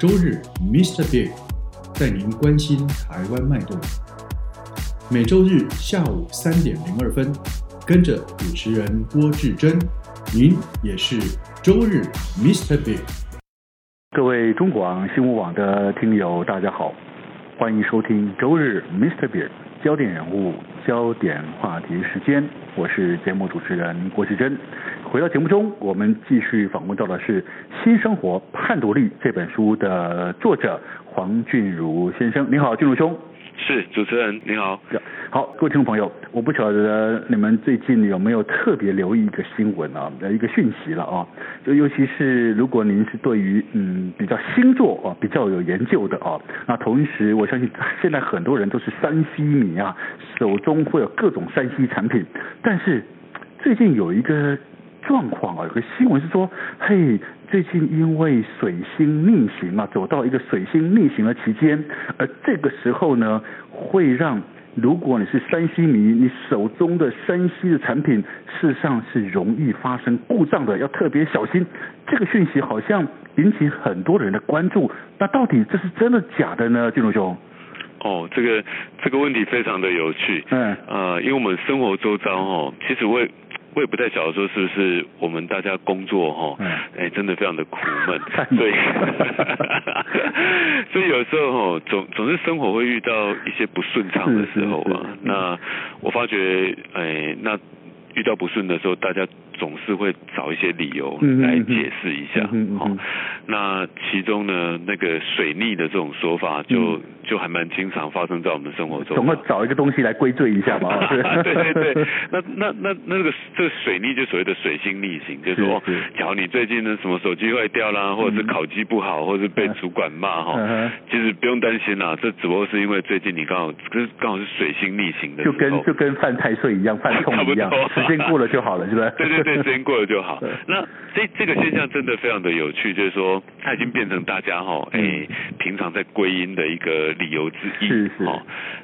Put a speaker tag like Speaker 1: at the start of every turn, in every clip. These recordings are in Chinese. Speaker 1: 周日，Mr. Big 带您关心台湾脉动。每周日下午三点零二分，跟着主持人郭志珍，您也是周日 Mr. Big。
Speaker 2: 各位中广新闻网的听友，大家好，欢迎收听周日 Mr. Big 焦点人物、焦点话题时间，我是节目主持人郭志珍。回到节目中，我们继续访问到的是《新生活判读力》这本书的作者黄俊如先生。你好，俊如兄。
Speaker 3: 是主持人你好，
Speaker 2: 好，各位听众朋友，我不晓得你们最近有没有特别留意一个新闻啊，呃一个讯息了啊，就尤其是如果您是对于嗯比较星座啊比较有研究的啊，那同时我相信现在很多人都是山西迷啊，手中会有各种山西产品，但是最近有一个状况啊，有个新闻是说，嘿，最近因为水星逆行啊，走到一个水星逆行的期间，而这个时候呢，会让如果你是山西迷，你手中的山西的产品，事实上是容易发生故障的，要特别小心。这个讯息好像引起很多人的关注，那到底这是真的假的呢？啊俊龙兄，
Speaker 3: 哦，这个这个问题非常的有趣，
Speaker 2: 嗯
Speaker 3: 呃，因为我们生活周遭哦，其实我也我也不太晓得说是不是我们大家工作哦，
Speaker 2: 嗯
Speaker 3: 哎，真的非常的苦闷
Speaker 2: 太，苦
Speaker 3: 所以
Speaker 2: 了
Speaker 3: 所以有时候哦，总总是生活会遇到一些不顺畅的时候
Speaker 2: 是是
Speaker 3: 啊
Speaker 2: 是，
Speaker 3: 那我发觉哎，那遇到不顺的时候，大家总是会找一些理由
Speaker 2: 嗯哼
Speaker 3: 来
Speaker 2: 嗯哼
Speaker 3: 解释一下，
Speaker 2: 嗯哼嗯
Speaker 3: 哦
Speaker 2: 哼，
Speaker 3: 那其中呢，那个水逆的这种说法就，就、还蛮经常发生在我们生活
Speaker 2: 嗯
Speaker 3: 中。
Speaker 2: 总要找一个东西来归罪一下嘛。 啊
Speaker 3: 对 对对，那那那那个这个水逆就所谓的水星逆行，就是说，
Speaker 2: 是嗯
Speaker 3: 哦假如你最近呢什么手机坏掉啦，或者是烤鸡不好，或者是被主管骂哈、
Speaker 2: 嗯哼
Speaker 3: 其实不用担心啦，这只不过是因为最近你刚好跟刚好是水星逆行的时
Speaker 2: 就
Speaker 3: 候，
Speaker 2: 跟就跟犯太岁一样，犯冲一样
Speaker 3: 差不多，
Speaker 2: 时间过了就好了，是不是？
Speaker 3: 对对对，时间过了就好
Speaker 2: 对。
Speaker 3: 那这这个现象真的非常的有趣，就是说它已经变成大家哈、哦，哎、平常在归因的一个理由之一。
Speaker 2: 嗯是是
Speaker 3: 哦，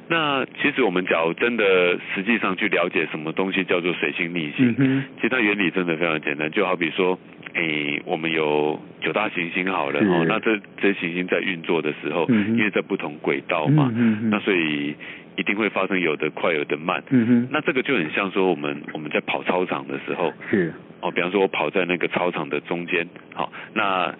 Speaker 3: 那其实我们假如真的实际上去了解什么东西叫做水星逆行，
Speaker 2: 嗯哼
Speaker 3: 其实它原理真的非常简单，就好比说。哎，我们有九大行星好了
Speaker 2: 是
Speaker 3: 哦，那这这些行星在运作的时候，
Speaker 2: 嗯哼
Speaker 3: 因为在不同轨道嘛，
Speaker 2: 嗯哼嗯哼
Speaker 3: 那所以一定会发生有的快有的慢。
Speaker 2: 嗯哼
Speaker 3: 那这个就很像说我们我们在跑操场的时候，
Speaker 2: 是，
Speaker 3: 哦，比方说我跑在那个操场的中间，好，那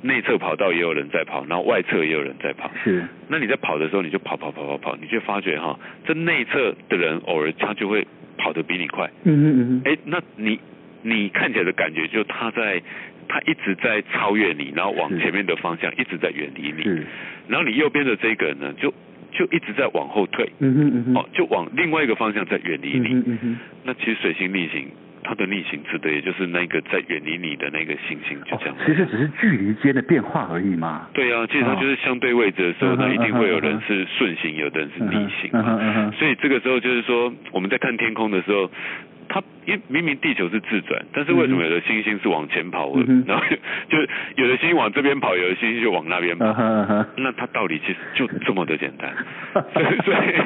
Speaker 3: 内侧跑道也有人在跑，然后外侧也有人在跑。
Speaker 2: 是，
Speaker 3: 那你在跑的时候，你就跑跑跑跑跑，你就发觉哈、这内侧的人偶尔他就会跑得比你快，
Speaker 2: 嗯哼嗯哼，
Speaker 3: 哎，那你你看起来的感觉就他在他一直在超越你，然后往
Speaker 2: 是
Speaker 3: 前面的方向一直在远离你，
Speaker 2: 是，
Speaker 3: 然后你右边的这个人呢，就就一直在往后退，
Speaker 2: 嗯哼嗯哼，
Speaker 3: 哦，就往另外一个方向在远离
Speaker 2: 嗯
Speaker 3: 你。
Speaker 2: 哼嗯哼。
Speaker 3: 那其实水星逆行，它的逆行指的也就是那个在远离你的那个行星，就
Speaker 2: 哦
Speaker 3: 这样。
Speaker 2: 其实只是距离间的变化而已嘛。
Speaker 3: 对啊，基本上就是相对位置的时候，
Speaker 2: 嗯哼
Speaker 3: 那一定会有人
Speaker 2: 嗯哼
Speaker 3: 是顺行，有的人是逆行
Speaker 2: 嗯哼
Speaker 3: 嘛
Speaker 2: 嗯哼嗯哼。
Speaker 3: 所以这个时候就是说，我们在看天空的时候，它因为明明地球是自转，但是为什么有的星星是往前跑，
Speaker 2: 嗯哼
Speaker 3: 然后就就有的星星往这边跑，有的星星就往那边跑。
Speaker 2: 嗯哼嗯哼，
Speaker 3: 那它道理其实就这么的简 单，所以所以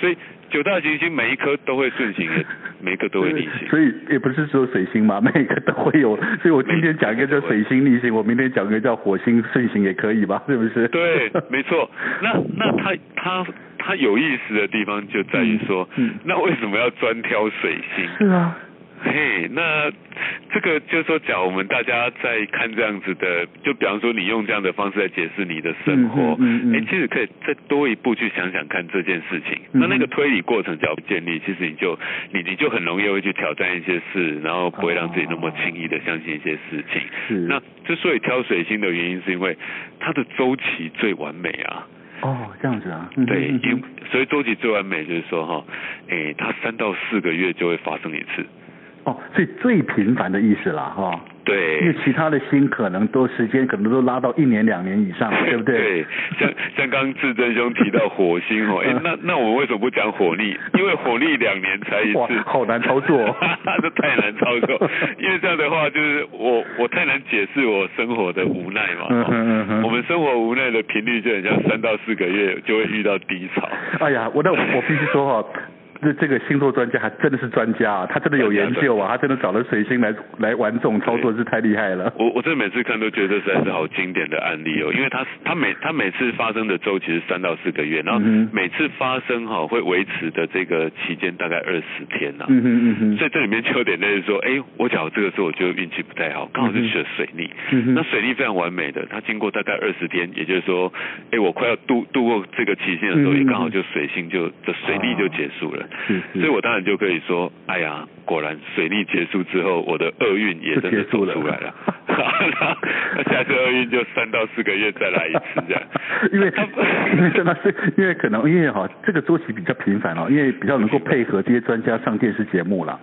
Speaker 3: 所以九大行星每一颗都会顺行，也每一颗都会逆行。
Speaker 2: 所以也不是只有水星嘛，每 个都会有。所以我今天讲一个叫水星逆行，我明天讲一个叫火星顺行也可以吧？是不是？
Speaker 3: 对，没错。那那它它它有意思的地方就在于说，
Speaker 2: 嗯嗯
Speaker 3: 那为什么要专挑水星？
Speaker 2: 是啊，
Speaker 3: 嘿，那这个就是说，假如我们大家在看这样子的，就比方说你用这样的方式来解释你的生活，哎
Speaker 2: 嗯嗯嗯嗯
Speaker 3: 诶其实可以再多一步去想想看这件事情。
Speaker 2: 嗯
Speaker 3: 那那个推理过程只要建立，其实你就你你就很容易会去挑战一些事，然后不会让自己那么轻易的相信一些事情。
Speaker 2: 是
Speaker 3: 那之所以挑水星的原因，是因为它的周期最完美啊。
Speaker 2: 哦，这样子啊，嗯哼
Speaker 3: 对，
Speaker 2: 嗯哼
Speaker 3: 因为所以周期最完美就是说哈，诶，它三到四个月就会发生一次。
Speaker 2: 哦，所以最频繁的意思啦，哈、
Speaker 3: 对
Speaker 2: 因为其他的星可能都时间可能都拉到一年两年以上，啊对不对？
Speaker 3: 对，像像刚志珍兄提到火 星哦，
Speaker 2: 嗯
Speaker 3: 哎，那那我们为什么不讲火力？因为火力两年才一
Speaker 2: 哇
Speaker 3: 次，，
Speaker 2: 好难操作哦。
Speaker 3: 这太难操作。 因为这样的话，就是我我太难解释我生活的无奈嘛。
Speaker 2: 嗯哼嗯哼
Speaker 3: 哦我们生活无奈的频率就很像三到四个月就会遇到低潮。
Speaker 2: 哎呀，我那我必须说哈、这这个星座专家还真的是专家啊，他真的有研究啊，他真的找了水星来来玩这种操作，是太厉害了。
Speaker 3: 我我真的每次看都觉得这实在是好经典的案例哦，因为它它每它每次发生的周期是三到四个月，然后
Speaker 2: 嗯哼
Speaker 3: 每次发生哈、会维持的这个期间大概二十天啊呐、
Speaker 2: 嗯哼嗯哼，
Speaker 3: 所以这里面就有点类似说，哎，我假如这个时候我就运气不太好，刚好就取了水逆，
Speaker 2: 嗯哼
Speaker 3: 那水逆非常完美的，它经过大概二十天，也就是说，哎，我快要度度过这个期限的时
Speaker 2: 嗯
Speaker 3: 候，
Speaker 2: 嗯嗯
Speaker 3: 也刚好就水星就的水逆就结束了，
Speaker 2: 是是，
Speaker 3: 所以我当然就可以说，哎呀，果然水逆结束之后，我的厄运也真的走出来了，那下次厄运就三到四个月再来一次这样
Speaker 2: 因为
Speaker 3: 它
Speaker 2: 因为真的是因为可能因为哈、这个周期比较频繁哦，因为比较能够配合这些专家上电视节目 啦。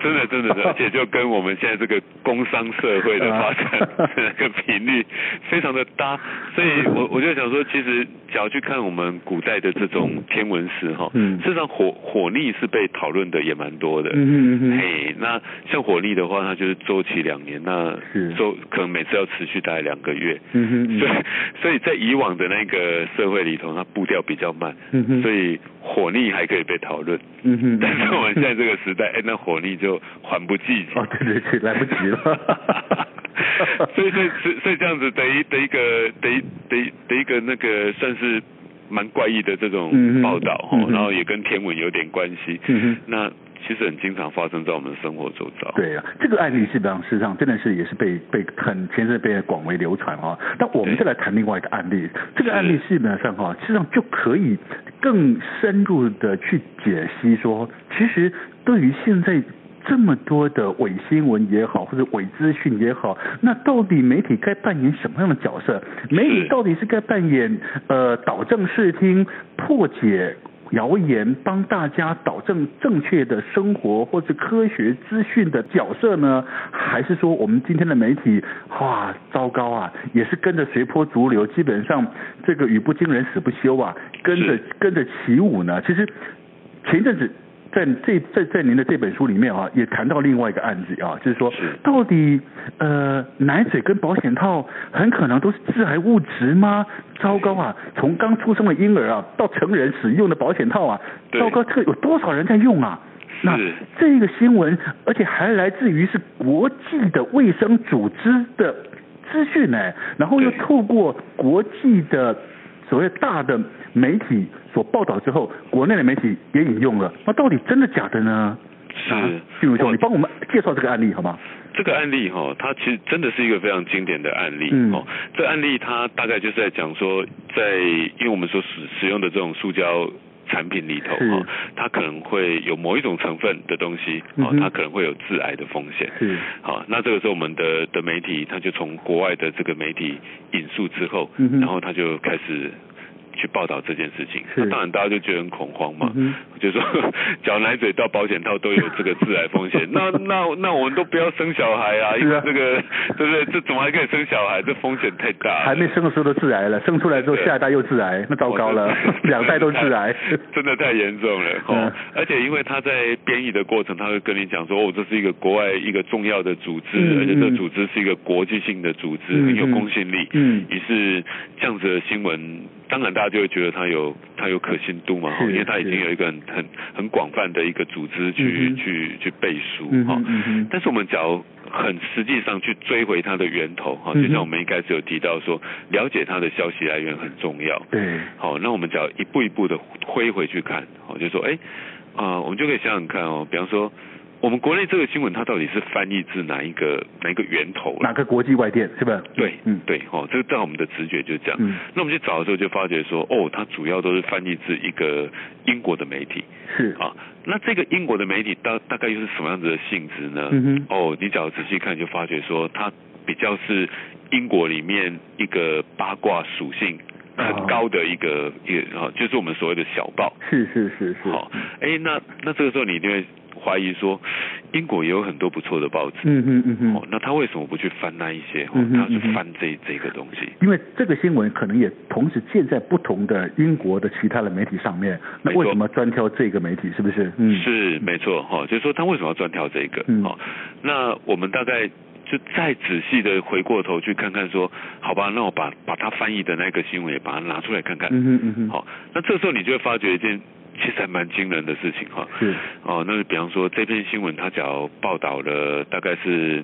Speaker 3: 真的真的， 而且就跟我们现在这个工商社会的发展那个频率 非常的搭，所以我我就想说，其实只要去看我们古代的这种天文史哈，
Speaker 2: 嗯
Speaker 3: 事实上火火力是被讨论的也蛮多的，
Speaker 2: 嗯哼嗯哼，
Speaker 3: 嘿，那像火力的话，它就是周期两年，那
Speaker 2: 是
Speaker 3: 周可能每次要持续大概两个月，
Speaker 2: 嗯哼嗯
Speaker 3: 所以
Speaker 2: 哼，
Speaker 3: 所以在以往的那个社会里头，它步调比较慢，
Speaker 2: 嗯哼
Speaker 3: 所以火力还可以被讨论。
Speaker 2: 嗯哼，
Speaker 3: 但是我们现在这个时代，哎，那火力就缓不济急。。
Speaker 2: 哦，对对对，来不及了
Speaker 3: 所以，所以，所以所以这样子的一的一个的一的一的一个那个算是蛮怪异的这
Speaker 2: 嗯
Speaker 3: 种
Speaker 2: 哼
Speaker 3: 报道哦
Speaker 2: 嗯，哼
Speaker 3: 然后也跟天文有点关系。
Speaker 2: 嗯哼
Speaker 3: 那其实很经常发生在我们生活周遭。
Speaker 2: 对啊，这个案例是上事实上真的是也是被被很前阵被广为流传啊、哦。那我们
Speaker 3: 对
Speaker 2: 再来谈另外一个案例，这个案例基本上哈、哦，实际上就可以更深入的去解析说，其实对于现在。这么多的伪新闻也好，或者伪资讯也好，那到底媒体该扮演什么样的角色？媒体
Speaker 3: 是
Speaker 2: 到底是该扮演呃导正视听、破解谣言、帮大家导正正确的生活或是科学资讯的角色呢？还是说我们今天的媒体，哇，糟糕啊，也是跟着随波逐流，基本上这个语不惊人死不休啊，跟着
Speaker 3: 是
Speaker 2: 跟着起舞呢？其实前一阵子。在这在在您的这本书里面啊，也谈到另外一个案子啊，就是说
Speaker 3: 是
Speaker 2: 到底呃奶嘴跟保险套很可能都是致癌物质吗？糟糕啊！从刚出生的婴儿啊到成人使用的保险套啊，
Speaker 3: 对
Speaker 2: 糟糕，这个有多少人在用啊？
Speaker 3: 是
Speaker 2: 那这个新闻，而且还来自于是国际的卫生组织的资讯呢，然后又
Speaker 3: 对
Speaker 2: 透过国际的所谓大的媒体所报道之后，国内的媒体也引用了，那到底真的假的呢？
Speaker 3: 是
Speaker 2: 啊，俊如兄，
Speaker 3: 我
Speaker 2: 你帮我们介绍这个案例好吗？
Speaker 3: 这个案例哈、它其实真的是一个非常经典的案例、
Speaker 2: 嗯
Speaker 3: 哦。这案例它大概就是在讲说在，因为我们所使使用的这种塑胶。产品里头
Speaker 2: 是
Speaker 3: 哦，它可能会有某一种成分的东西
Speaker 2: 嗯，
Speaker 3: 哦
Speaker 2: 哼
Speaker 3: 它可能会有致癌的风险。
Speaker 2: 是
Speaker 3: 好，那这个时候我们的的媒体，它就从国外的这个媒体引述之后，
Speaker 2: 嗯哼
Speaker 3: 然后他就开始去报道这件事情。
Speaker 2: 是
Speaker 3: 那当然大家就觉得很恐慌嘛，
Speaker 2: 嗯
Speaker 3: 就说 脚奶嘴到保险套都有这个致癌风险，那那那我们都不要生小孩啊，因
Speaker 2: 是
Speaker 3: 为
Speaker 2: 啊
Speaker 3: 这个对不对？这怎么还可以生小孩？这风险太大了。
Speaker 2: 还没生的时候都致癌了，生出来之后
Speaker 3: 对
Speaker 2: 下一代又致癌，那糟糕了
Speaker 3: 哦，真的
Speaker 2: 两代都致 癌。
Speaker 3: 真的太严重了哦
Speaker 2: 嗯。
Speaker 3: 而且因为他在编译的过程，他会跟你讲说，哦，这是一个国外一个重要的组织，
Speaker 2: 嗯
Speaker 3: 而且这
Speaker 2: 嗯
Speaker 3: 组织是一个国际性的组织，
Speaker 2: 嗯
Speaker 3: 很有
Speaker 2: 嗯
Speaker 3: 公信力。
Speaker 2: 嗯
Speaker 3: 于是这样子的新闻，当然大家就会觉得它有它有可信度嘛，哦
Speaker 2: 是
Speaker 3: 因为它已
Speaker 2: 是
Speaker 3: 经有一个很很很广泛的一个组织去
Speaker 2: 嗯哼
Speaker 3: 去去背书
Speaker 2: 嗯
Speaker 3: 哈
Speaker 2: 哼。嗯哼
Speaker 3: 但是我们假如很实际上去追回它的源头哈，
Speaker 2: 嗯哼
Speaker 3: 就像我们一开始有提到说，了解它的消息来源很重要。
Speaker 2: 对，
Speaker 3: 好，那我们只要一步一步的推回去看，好，就说，哎，啊、我们就可以想想看哦，比方说，我们国内这个新闻它到底是翻译自哪一个哪一个源头了？
Speaker 2: 哪个国际外电是吧？
Speaker 3: 对，
Speaker 2: 嗯，
Speaker 3: 对，哦，这个在我们的直觉就是这样。
Speaker 2: 嗯
Speaker 3: 那我们去找的时候就发觉说，哦，它主要都是翻译自一个英国的媒体
Speaker 2: 是，
Speaker 3: 啊。那这个英国的媒体大大概又是什么样子的性质呢？
Speaker 2: 嗯哼
Speaker 3: 哦，你只要仔细看就发觉说，它比较是英国里面一个八卦属性
Speaker 2: 啊
Speaker 3: 很高的一个一个啊，就是我们所谓的小报。
Speaker 2: 是是是是，
Speaker 3: 好，哎，那那这个时候你一定会怀疑说，英国也有很多不错的报纸，
Speaker 2: 嗯哼嗯
Speaker 3: 哦
Speaker 2: 哼，，
Speaker 3: 那他为什么不去翻那一些？哦
Speaker 2: 嗯，哼
Speaker 3: 他去
Speaker 2: 嗯哼
Speaker 3: 翻这这个东西。
Speaker 2: 因为这个新闻可能也同时建在不同的英国的其他的媒体上面，那
Speaker 3: 没错
Speaker 2: 为什么专挑这个媒体？是不是？嗯，
Speaker 3: 是没错哈、哦，就是说他为什么要专挑这个？
Speaker 2: 嗯
Speaker 3: 哦，那我们大概就再仔细的回过头去看看说，好吧，那我把把他翻译的那个新闻也把它拿出来看看。
Speaker 2: 嗯哼嗯哼，，
Speaker 3: 好、那这时候你就会发觉一件其实还蛮惊人的事情哈、
Speaker 2: 是，
Speaker 3: 哦，那比方说这篇新闻它只要报道了大概是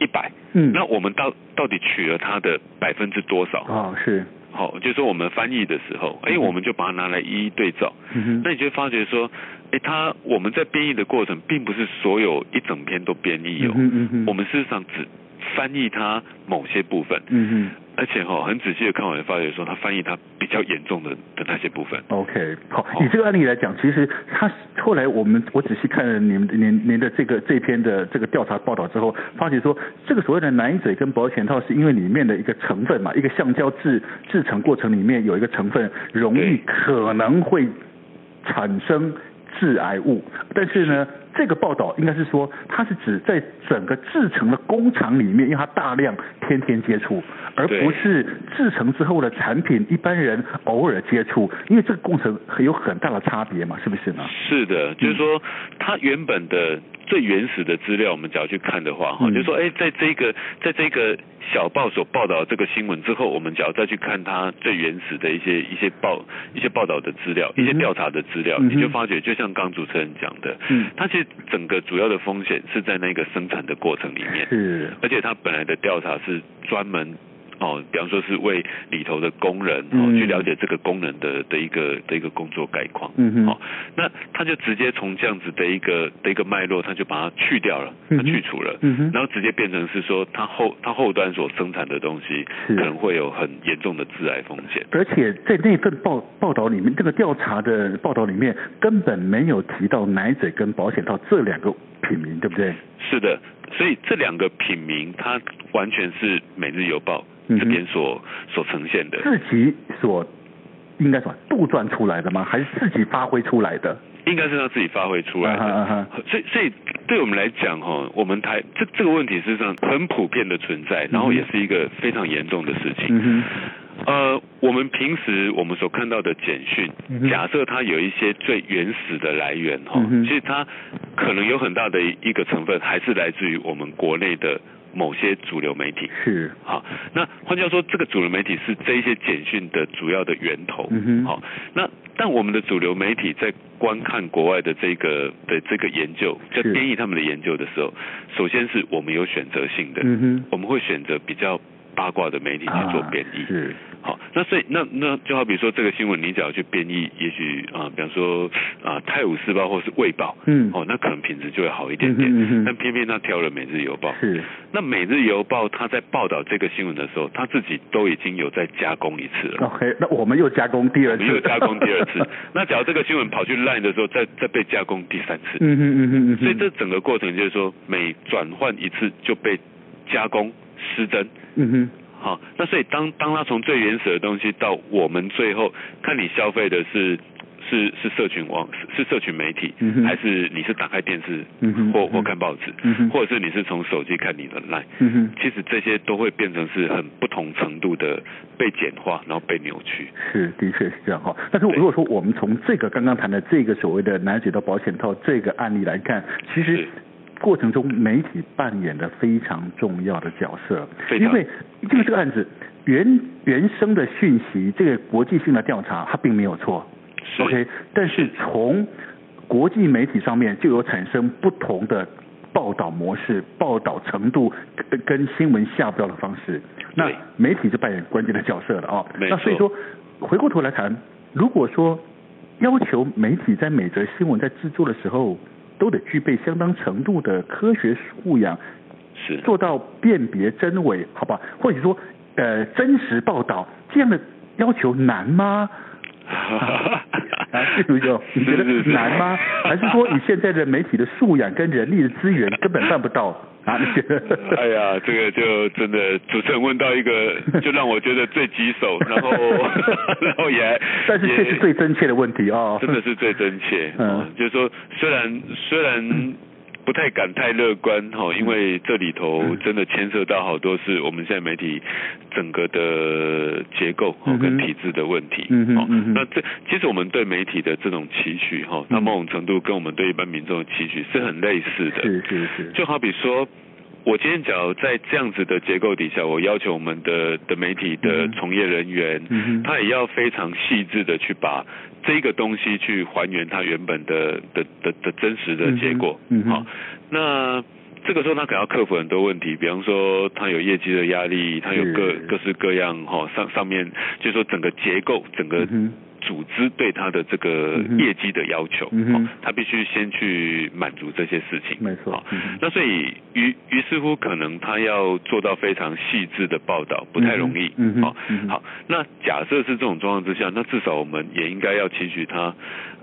Speaker 3: 一百、
Speaker 2: 嗯，
Speaker 3: 那我们到到底取了它的百分之多少？
Speaker 2: 哦嗯是，
Speaker 3: 好、就是说我们翻译的时候，哎，我们就把它拿来一一对照。
Speaker 2: 嗯哼，
Speaker 3: 那你就会发觉说，哎，它我们在编译的过程，并不是所有一整篇都编译哦，
Speaker 2: 嗯哼嗯哼，
Speaker 3: 我们事实上只翻译它某些部分，
Speaker 2: 嗯
Speaker 3: 而且哈、哦，很仔细的看完，发觉说它翻译它比较严重的的那些部分。
Speaker 2: 哼，OK，好
Speaker 3: 好，
Speaker 2: 以这个案例来讲，其实他后来我们我仔细看了您您您的这个这篇的这个调查报道之后，发觉说这个所谓的奶嘴跟保险套是因为里面的一个成分嘛，一个橡胶制制成过程里面有一个成分容易
Speaker 3: 对
Speaker 2: 可能会产生致癌物，但是呢，这个报道应该是说，它是指在整个制成的工厂里面，因为它大量天天接触，而
Speaker 3: 对
Speaker 2: 不是制成之后的产品一般人偶尔接触，因为这个过程很有很大的差别嘛，是不是呢？
Speaker 3: 是的，就是说它原本的最原始的资料，我们只要去看的话，哈、
Speaker 2: 嗯
Speaker 3: 就是说，哎，在这个在这个小报所报道这个新闻之后，我们只要再去看它最原始的一些一些报一些报道的资料，
Speaker 2: 嗯哼
Speaker 3: 一些调查的资料，
Speaker 2: 嗯哼
Speaker 3: 你就发觉，就像刚主持人讲的，
Speaker 2: 嗯
Speaker 3: 它其实整个主要的风险是在那个生产的过程里面，
Speaker 2: 是，
Speaker 3: 而且它本来的调查是专门。哦，比方说是为里头的工人哦、
Speaker 2: 嗯
Speaker 3: 去了解这个工人的的一个的一个工作概况，
Speaker 2: 嗯哼，
Speaker 3: 好、那他就直接从这样子的一个的一个脉络，他就把它去掉了，
Speaker 2: 嗯
Speaker 3: 他
Speaker 2: 哼
Speaker 3: 去除了，
Speaker 2: 嗯哼，
Speaker 3: 然后直接变成是说，他后他后端所生产的东西
Speaker 2: 是
Speaker 3: 可能会有很严重的致癌风险。
Speaker 2: 而且在那份报报道里面，这个调查的报道里面根本没有提到奶嘴跟保险套这两个品名，对不对？
Speaker 3: 是的，所以这两个品名，它完全是《每日邮报
Speaker 2: 嗯》哼嗯
Speaker 3: 这边所、所呈现的，
Speaker 2: 自己所应该什么杜撰出来的吗？还是自己发挥出来的？
Speaker 3: 应该是他自己发挥出来的。
Speaker 2: 啊哈啊
Speaker 3: 所以，所以对我们来讲，哈，我们台这这个问题事实上很普遍的存在，然后也是一个非常严重的事情。
Speaker 2: 嗯
Speaker 3: 呃，我们平时我们所看到的简讯，
Speaker 2: 嗯哼
Speaker 3: 假设它有一些最原始的来源哈、
Speaker 2: 嗯哼
Speaker 3: 其实它可能有很大的一个成分还是来自于我们国内的某些主流媒体。
Speaker 2: 哼，是，
Speaker 3: 好，那换句话说，这个主流媒体是这一些简讯的主要的源头。
Speaker 2: 嗯哼
Speaker 3: 好，那但我们的主流媒体在观看国外的这个的这个研究，在
Speaker 2: 是
Speaker 3: 编译他们的研究的时候，首先是我们有选择性的，
Speaker 2: 嗯
Speaker 3: 我们会选择比较八卦的媒体
Speaker 2: 哼，
Speaker 3: 去做编译。
Speaker 2: 啊、是，
Speaker 3: 好，那所以那那就好比说这个新闻，你只要去编译，也许啊、比方说啊、泰晤士报》或是《卫报》
Speaker 2: 嗯，
Speaker 3: 哦，那可能品质就会好一点
Speaker 2: 嗯
Speaker 3: 点。
Speaker 2: 哼嗯哼
Speaker 3: 但偏偏他挑了《每日邮报》。
Speaker 2: 是，
Speaker 3: 那《每日邮报》他在报道这个新闻的时候，他自己都已经有在加工一 次了。
Speaker 2: OK，那我们又加工第二次，
Speaker 3: 没有加工第二次，那假如这个新闻跑去 Line 的时候，再再被加工第三 次，
Speaker 2: 嗯哼嗯哼嗯哼，
Speaker 3: 所以这整个过程就是说，每转换一次就被加工失真，
Speaker 2: 嗯哼。
Speaker 3: 好，那所以当当它从最原始的东西到我们最后看你消费的是是是社群网是是社群媒体，
Speaker 2: 嗯哼
Speaker 3: 还是你是打开电视、
Speaker 2: 嗯哼
Speaker 3: 或
Speaker 2: 嗯哼
Speaker 3: 或看报纸，
Speaker 2: 嗯哼
Speaker 3: 或者是你是从手机看你的 line，、
Speaker 2: 嗯哼，
Speaker 3: 其实这些都会变成是很不同程度的被简化，然后被扭曲。
Speaker 2: 是，的确是这样哈。但是如果说我们从这个刚刚谈的这个所谓的奶嘴到保险套这个案例来看，其实
Speaker 3: 是
Speaker 2: 过程中媒体扮演的非常重要的角色，
Speaker 3: 非
Speaker 2: 因
Speaker 3: 常
Speaker 2: 为因为这个案子原原生的讯息，这个国际性的调查它并没有错
Speaker 3: 是
Speaker 2: ，OK，但是从国际媒体上面就有产生不同的报道模式、报道程度跟跟新闻下标的方式，那
Speaker 3: 对
Speaker 2: 媒体就扮演关键的角色了啊、
Speaker 3: 没
Speaker 2: 那所以
Speaker 3: 错
Speaker 2: 说，回过头来谈，如果说要求媒体在每则新闻在制作的时候，都得具备相当程度的科学素养，
Speaker 3: 是
Speaker 2: 做到辨别真伪，好吧？或者说，呃，真实报道这样的要求难吗？ 啊，这种就你觉得
Speaker 3: 是是是
Speaker 2: 难吗？还是说你现在的媒体的素养跟人力的资源根本办不到？哪里？
Speaker 3: 哎呀，这个就真的主持人问到一个，就让我觉得最棘手，然 后 然后也，
Speaker 2: 但是
Speaker 3: 也
Speaker 2: 这是最真切的问题哦。
Speaker 3: 真的是最真切。
Speaker 2: 嗯
Speaker 3: 嗯，就是说，虽然虽然不太敢太乐观哈，因为这里头
Speaker 2: 嗯
Speaker 3: 真的牵涉到好多是我们现在媒体整个的结构哦
Speaker 2: 嗯哼
Speaker 3: 跟体制的问题。
Speaker 2: 嗯哼
Speaker 3: 哦
Speaker 2: 嗯哼嗯
Speaker 3: 那这其实我们对媒体的这种期许哈，那某种程度跟我们对一般民众的期许是很类似的。
Speaker 2: 是是是，
Speaker 3: 就好比说，我今天只要在这样子的结构底下，我要求我们的的媒体的
Speaker 2: 嗯
Speaker 3: 从业人员，
Speaker 2: 嗯哼
Speaker 3: 他也要非常细致的去把这个东西去还原它原本的的的的真实的结果。
Speaker 2: 嗯哼嗯哼
Speaker 3: 好，那。这个时候他可能要克服很多问题，比方说他有业绩的压力，他有各
Speaker 2: 是
Speaker 3: 各式各样哈、哦、上上面就是说整个结构、整个
Speaker 2: 嗯哼
Speaker 3: 组织对他的这个
Speaker 2: 嗯哼
Speaker 3: 业绩的要求，
Speaker 2: 嗯哼
Speaker 3: 哦他必须先去满足这些事情。
Speaker 2: 没错
Speaker 3: 好
Speaker 2: 嗯哼
Speaker 3: 那所以于于是乎，可能他要做到非常细致的报道，不太容易。
Speaker 2: 嗯哼
Speaker 3: 好、
Speaker 2: 嗯哼
Speaker 3: 好，那假设是这种状况之下，那至少我们也应该要期许他，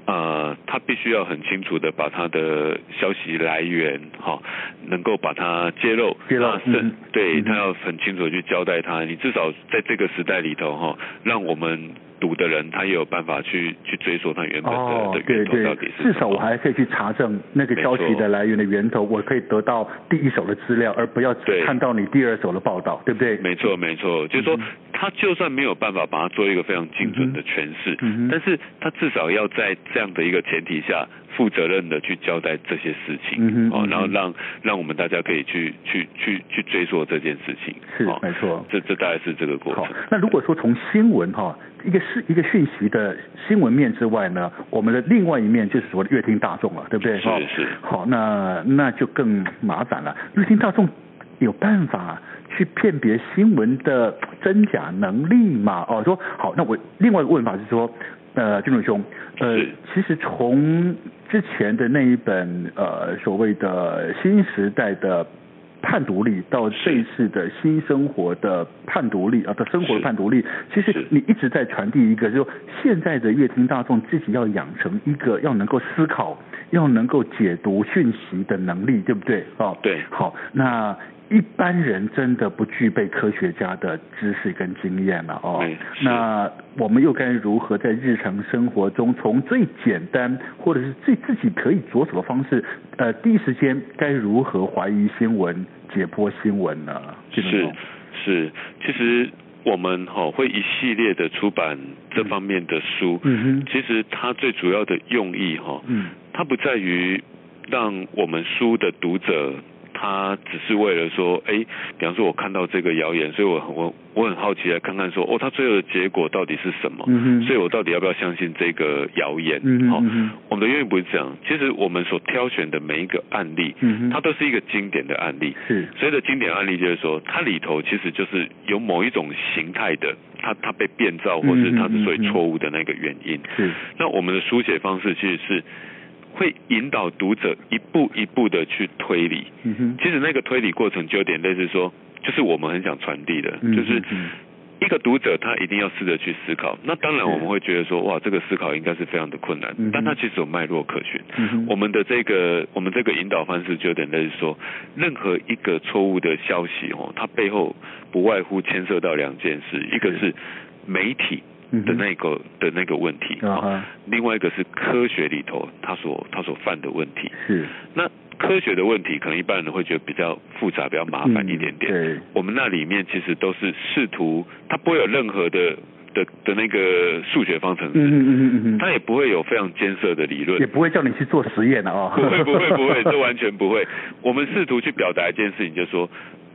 Speaker 3: 呃，他必须要很清楚的把他的消息来源，哈、能够把它揭露，
Speaker 2: 揭露
Speaker 3: 那甚
Speaker 2: 嗯哼
Speaker 3: 对
Speaker 2: 嗯哼
Speaker 3: 他要很清楚的去交代他，你至少在这个时代里头，哈、让我们。读的人，他也有办法去去追溯他原本的、
Speaker 2: 哦，
Speaker 3: 的
Speaker 2: 对
Speaker 3: 源头
Speaker 2: 对
Speaker 3: 到底，是
Speaker 2: 至
Speaker 3: 什
Speaker 2: 少我
Speaker 3: 么
Speaker 2: 还可以去查证那个
Speaker 3: 没
Speaker 2: 消息
Speaker 3: 错
Speaker 2: 的来源的源头，我可以得到第一手的资料，而不要只
Speaker 3: 对
Speaker 2: 看到你第二手的报道，对不对？
Speaker 3: 没错，没错，就是
Speaker 2: 嗯
Speaker 3: 说，他就算没有办法把它做一个非常精准的诠释，
Speaker 2: 嗯哼
Speaker 3: 但是他至少要在这样的一个前提下，负责任的去交代这些事情，
Speaker 2: 嗯哼
Speaker 3: 哦
Speaker 2: 嗯，哼
Speaker 3: 然后让让我们大家可以去去去去追溯这件事情，
Speaker 2: 是
Speaker 3: 哦
Speaker 2: 没错
Speaker 3: 这这大概是这个过
Speaker 2: 好
Speaker 3: 程。，
Speaker 2: 那如果说从新闻哈、一个是一个讯息的新闻面之外呢，我们的另外一面就是所谓的乐听大众了，对不对？
Speaker 3: 是
Speaker 2: 哦
Speaker 3: 是
Speaker 2: 好，那那就更麻烦了。乐听大众有办法去辨别新闻的真假能力嘛？哦，说好，那我另外一个问法是说，呃，金主兄，呃
Speaker 3: 是，
Speaker 2: 其实从之前的那一本呃所谓的新时代的判读力，到这一次的新生活的判读力啊，的生活
Speaker 3: 是
Speaker 2: 判读力，其实
Speaker 3: 是
Speaker 2: 你一直在传递一个，就是说现在的乐听大众自己要养成一个要能够思考、要能够解读讯息的能力，对不对？哦，
Speaker 3: 对
Speaker 2: 好，那。一般人真的不具备科学家的知识跟经验了哦
Speaker 3: 对。是
Speaker 2: 那那我们又该如何在日常生活中，从最简单或者是最自己可以着手的方式，呃，第一时间该如何怀疑新闻、解剖新闻呢？金文
Speaker 3: 是
Speaker 2: 龙
Speaker 3: 是，其实我们哈、会一系列的出版这方面的书，
Speaker 2: 嗯哼
Speaker 3: 其实它最主要的用意哈、
Speaker 2: 嗯
Speaker 3: 它不在于让我们书的读者，他只是为了说，哎，比方说我看到这个谣言，所以我很我我很好奇来看看说，哦，它最后的结果到底是什么？
Speaker 2: 嗯哼
Speaker 3: 所以我到底要不要相信这个谣言？
Speaker 2: 嗯
Speaker 3: 好、
Speaker 2: 哼嗯哼
Speaker 3: 我们的愿意不是这样。其实我们所挑选的每一个案例，
Speaker 2: 嗯哼
Speaker 3: 它都是一个经典的案例。
Speaker 2: 是
Speaker 3: 所谓的经典案例就是说，它里头其实就是有某一种形态的，它它被变造或
Speaker 2: 嗯
Speaker 3: 是它之所以错误的那个原因。
Speaker 2: 是
Speaker 3: 那我们的书写方式其实是会引导读者一步一步的去推理。
Speaker 2: 嗯哼
Speaker 3: 其实那个推理过程就有点类似说，就是我们很想传递的，
Speaker 2: 嗯
Speaker 3: 就是
Speaker 2: 嗯
Speaker 3: 一个读者他一定要试着去思考。那当然
Speaker 2: 是
Speaker 3: 我们会觉得说，哇，这个思考应该是非常的困难
Speaker 2: 嗯哼，
Speaker 3: 但它其实有脉络可循。
Speaker 2: 嗯哼
Speaker 3: 我们的这个我们这个引导方式就有点类似说，任何一个错误的消息哦，它背后不外乎牵涉到两件事，一个是媒体。的那个、的那个问题，
Speaker 2: 嗯啊
Speaker 3: 哦
Speaker 2: 哈
Speaker 3: 另外一个是科学里头他所他所犯的问题，
Speaker 2: 是
Speaker 3: 那科学的问题，可能一般人会觉得比较复杂、比较麻烦一点
Speaker 2: 嗯
Speaker 3: 点。
Speaker 2: 对
Speaker 3: 我们那里面其实都是试图，它不会有任何的的的那个数学方程式，
Speaker 2: 嗯嗯嗯嗯
Speaker 3: 它也不会有非常艰涩的理论
Speaker 2: 也，不会叫你去做实验的哦。
Speaker 3: 不会不会不会，这完全不会。我们试图去表达一件事情，就是说，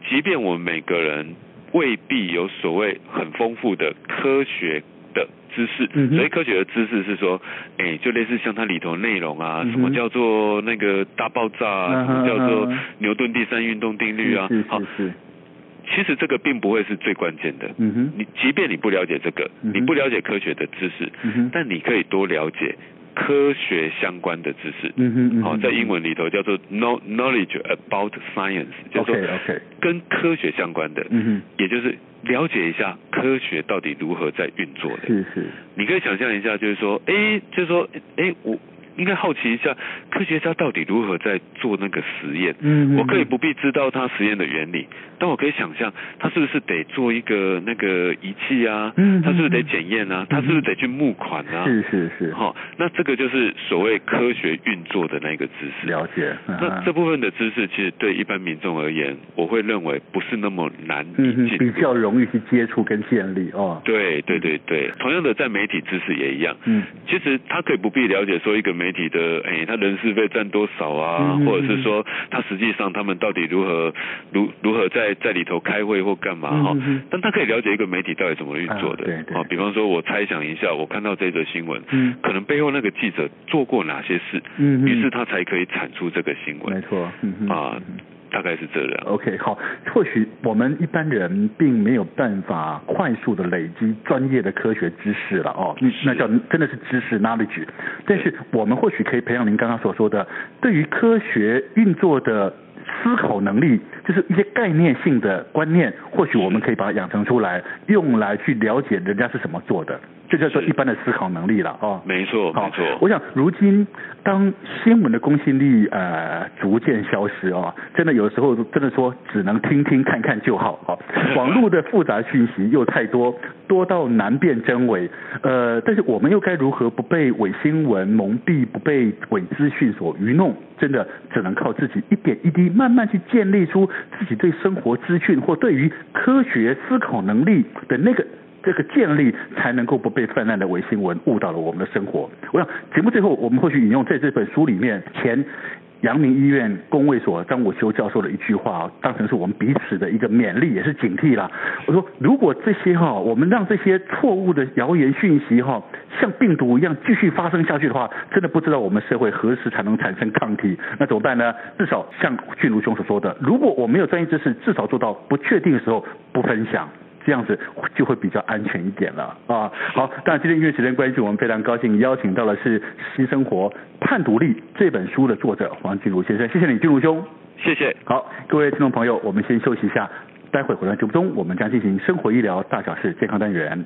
Speaker 3: 即便我们每个人未必有所谓很丰富的科学。的知识
Speaker 2: 嗯，哼
Speaker 3: 所以科学的知识是说，哎、就类似像它里头内容啊，
Speaker 2: 嗯哼
Speaker 3: 什么叫做那个大爆炸、啊，
Speaker 2: 嗯
Speaker 3: 什
Speaker 2: 哼
Speaker 3: 么叫做
Speaker 2: 嗯哼
Speaker 3: 牛顿第三运动定律 啊
Speaker 2: 是是，
Speaker 3: 好
Speaker 2: 是，是，
Speaker 3: 其实这个并不会是最关键的。
Speaker 2: 嗯哼
Speaker 3: 你即便你不了解这个，
Speaker 2: 嗯哼
Speaker 3: 你不了解科学的知识，
Speaker 2: 嗯哼
Speaker 3: 但你可以多了解科学相关的知识。
Speaker 2: 嗯哼嗯哼
Speaker 3: 好、在英文里头叫做 know knowledge about science，就是说
Speaker 2: OK，OK
Speaker 3: 跟科学相关的，
Speaker 2: 嗯
Speaker 3: 也就是了解一下科学到底如何在运作
Speaker 2: 哼
Speaker 3: 的。
Speaker 2: 是是
Speaker 3: 你可以想象一下，就是说，哎，就是说，哎，我应该好奇一下，科学家到底如何在做那个实验？
Speaker 2: 嗯嗯
Speaker 3: 我可以
Speaker 2: 嗯
Speaker 3: 不必知道他实验的原理，但我可以想象，他是不是得做一个那个仪器啊？
Speaker 2: 嗯嗯
Speaker 3: 他是不是得检验啊？他是不是得去募款啊？
Speaker 2: 是是是，
Speaker 3: 好、那这个就是所谓科学运作的那个知识。
Speaker 2: 了解。
Speaker 3: 那这部分的知识，其实对一般民众而言，我会认为不是那么难以
Speaker 2: 嗯哼
Speaker 3: 进入。
Speaker 2: 比较容易去接触跟建立哦。
Speaker 3: 对对对对，同样的，在媒体知识也一样。
Speaker 2: 嗯，
Speaker 3: 其实他可以不必了解说一个媒体的，哎，他人事费占多少啊，
Speaker 2: 嗯嗯嗯
Speaker 3: 或者是说他实际上他们到底如何如如何在在里头开会或干嘛哈、
Speaker 2: 嗯嗯嗯
Speaker 3: 但他可以了解一个媒体到底怎么运作的。
Speaker 2: 啊对对
Speaker 3: 啊比方说我猜想一下，我看到这则新闻，
Speaker 2: 嗯
Speaker 3: 可能背后那个记者做过哪些事，
Speaker 2: 嗯嗯
Speaker 3: 于是他才可以产出这个新
Speaker 2: 没
Speaker 3: 闻。
Speaker 2: 错。嗯哼
Speaker 3: 啊，大概是这样。
Speaker 2: OK，好，或许我们一般人并没有办法快速的累积专业的科学知识了哦，嗯那叫真的是知识 knowledge。但是我们或许可以培养您刚刚所说的对于科学运作的思考能力，就是一些概念性的观念，或许我们可以把它养成出来，用来去了解人家是怎么做的，这叫做
Speaker 3: 是
Speaker 2: 一般的思考能力了哦。
Speaker 3: 没错，
Speaker 2: 好
Speaker 3: 没错。
Speaker 2: 我想如今当新闻的公信力呃逐渐消失哦，真的有时候真的说只能听听看看就好 哦。网络的复杂讯息又太多，多到难辨真伪。呃，但是我们又该如何不被伪新闻蒙蔽，不被伪资讯所愚弄？真的只能靠自己一点一滴，慢慢去建立出自己对生活资讯或对于科学思考能力的那个这个建立才能够不被泛滥的伪新闻误导了我们的生活。我想节目最后，我们或许引用在这本书里面前阳明医院工卫所张武修教授的一句话、当成是我们彼此的一个勉励，也是警惕啦。我说，如果这些哈、我们让这些错误的谣言讯息哈、像病毒一样继续发生下去的话，真的不知道我们社会何时才能产生抗体。那怎么办呢？至少像俊如兄所说的，如果我没有专业知识，至少做到不确定的时候不分享。这样子就会比较安全一点了啊。好，当然今天因为时间关系，我们非常高兴邀请到的是《新生活判独立》这本书的作者黄俊如先生，谢谢你，俊如兄。
Speaker 3: 谢谢。
Speaker 2: 好，各位听众朋友，我们先休息一下，待会回到节目中，我们将进行生活医疗大小事健康单元。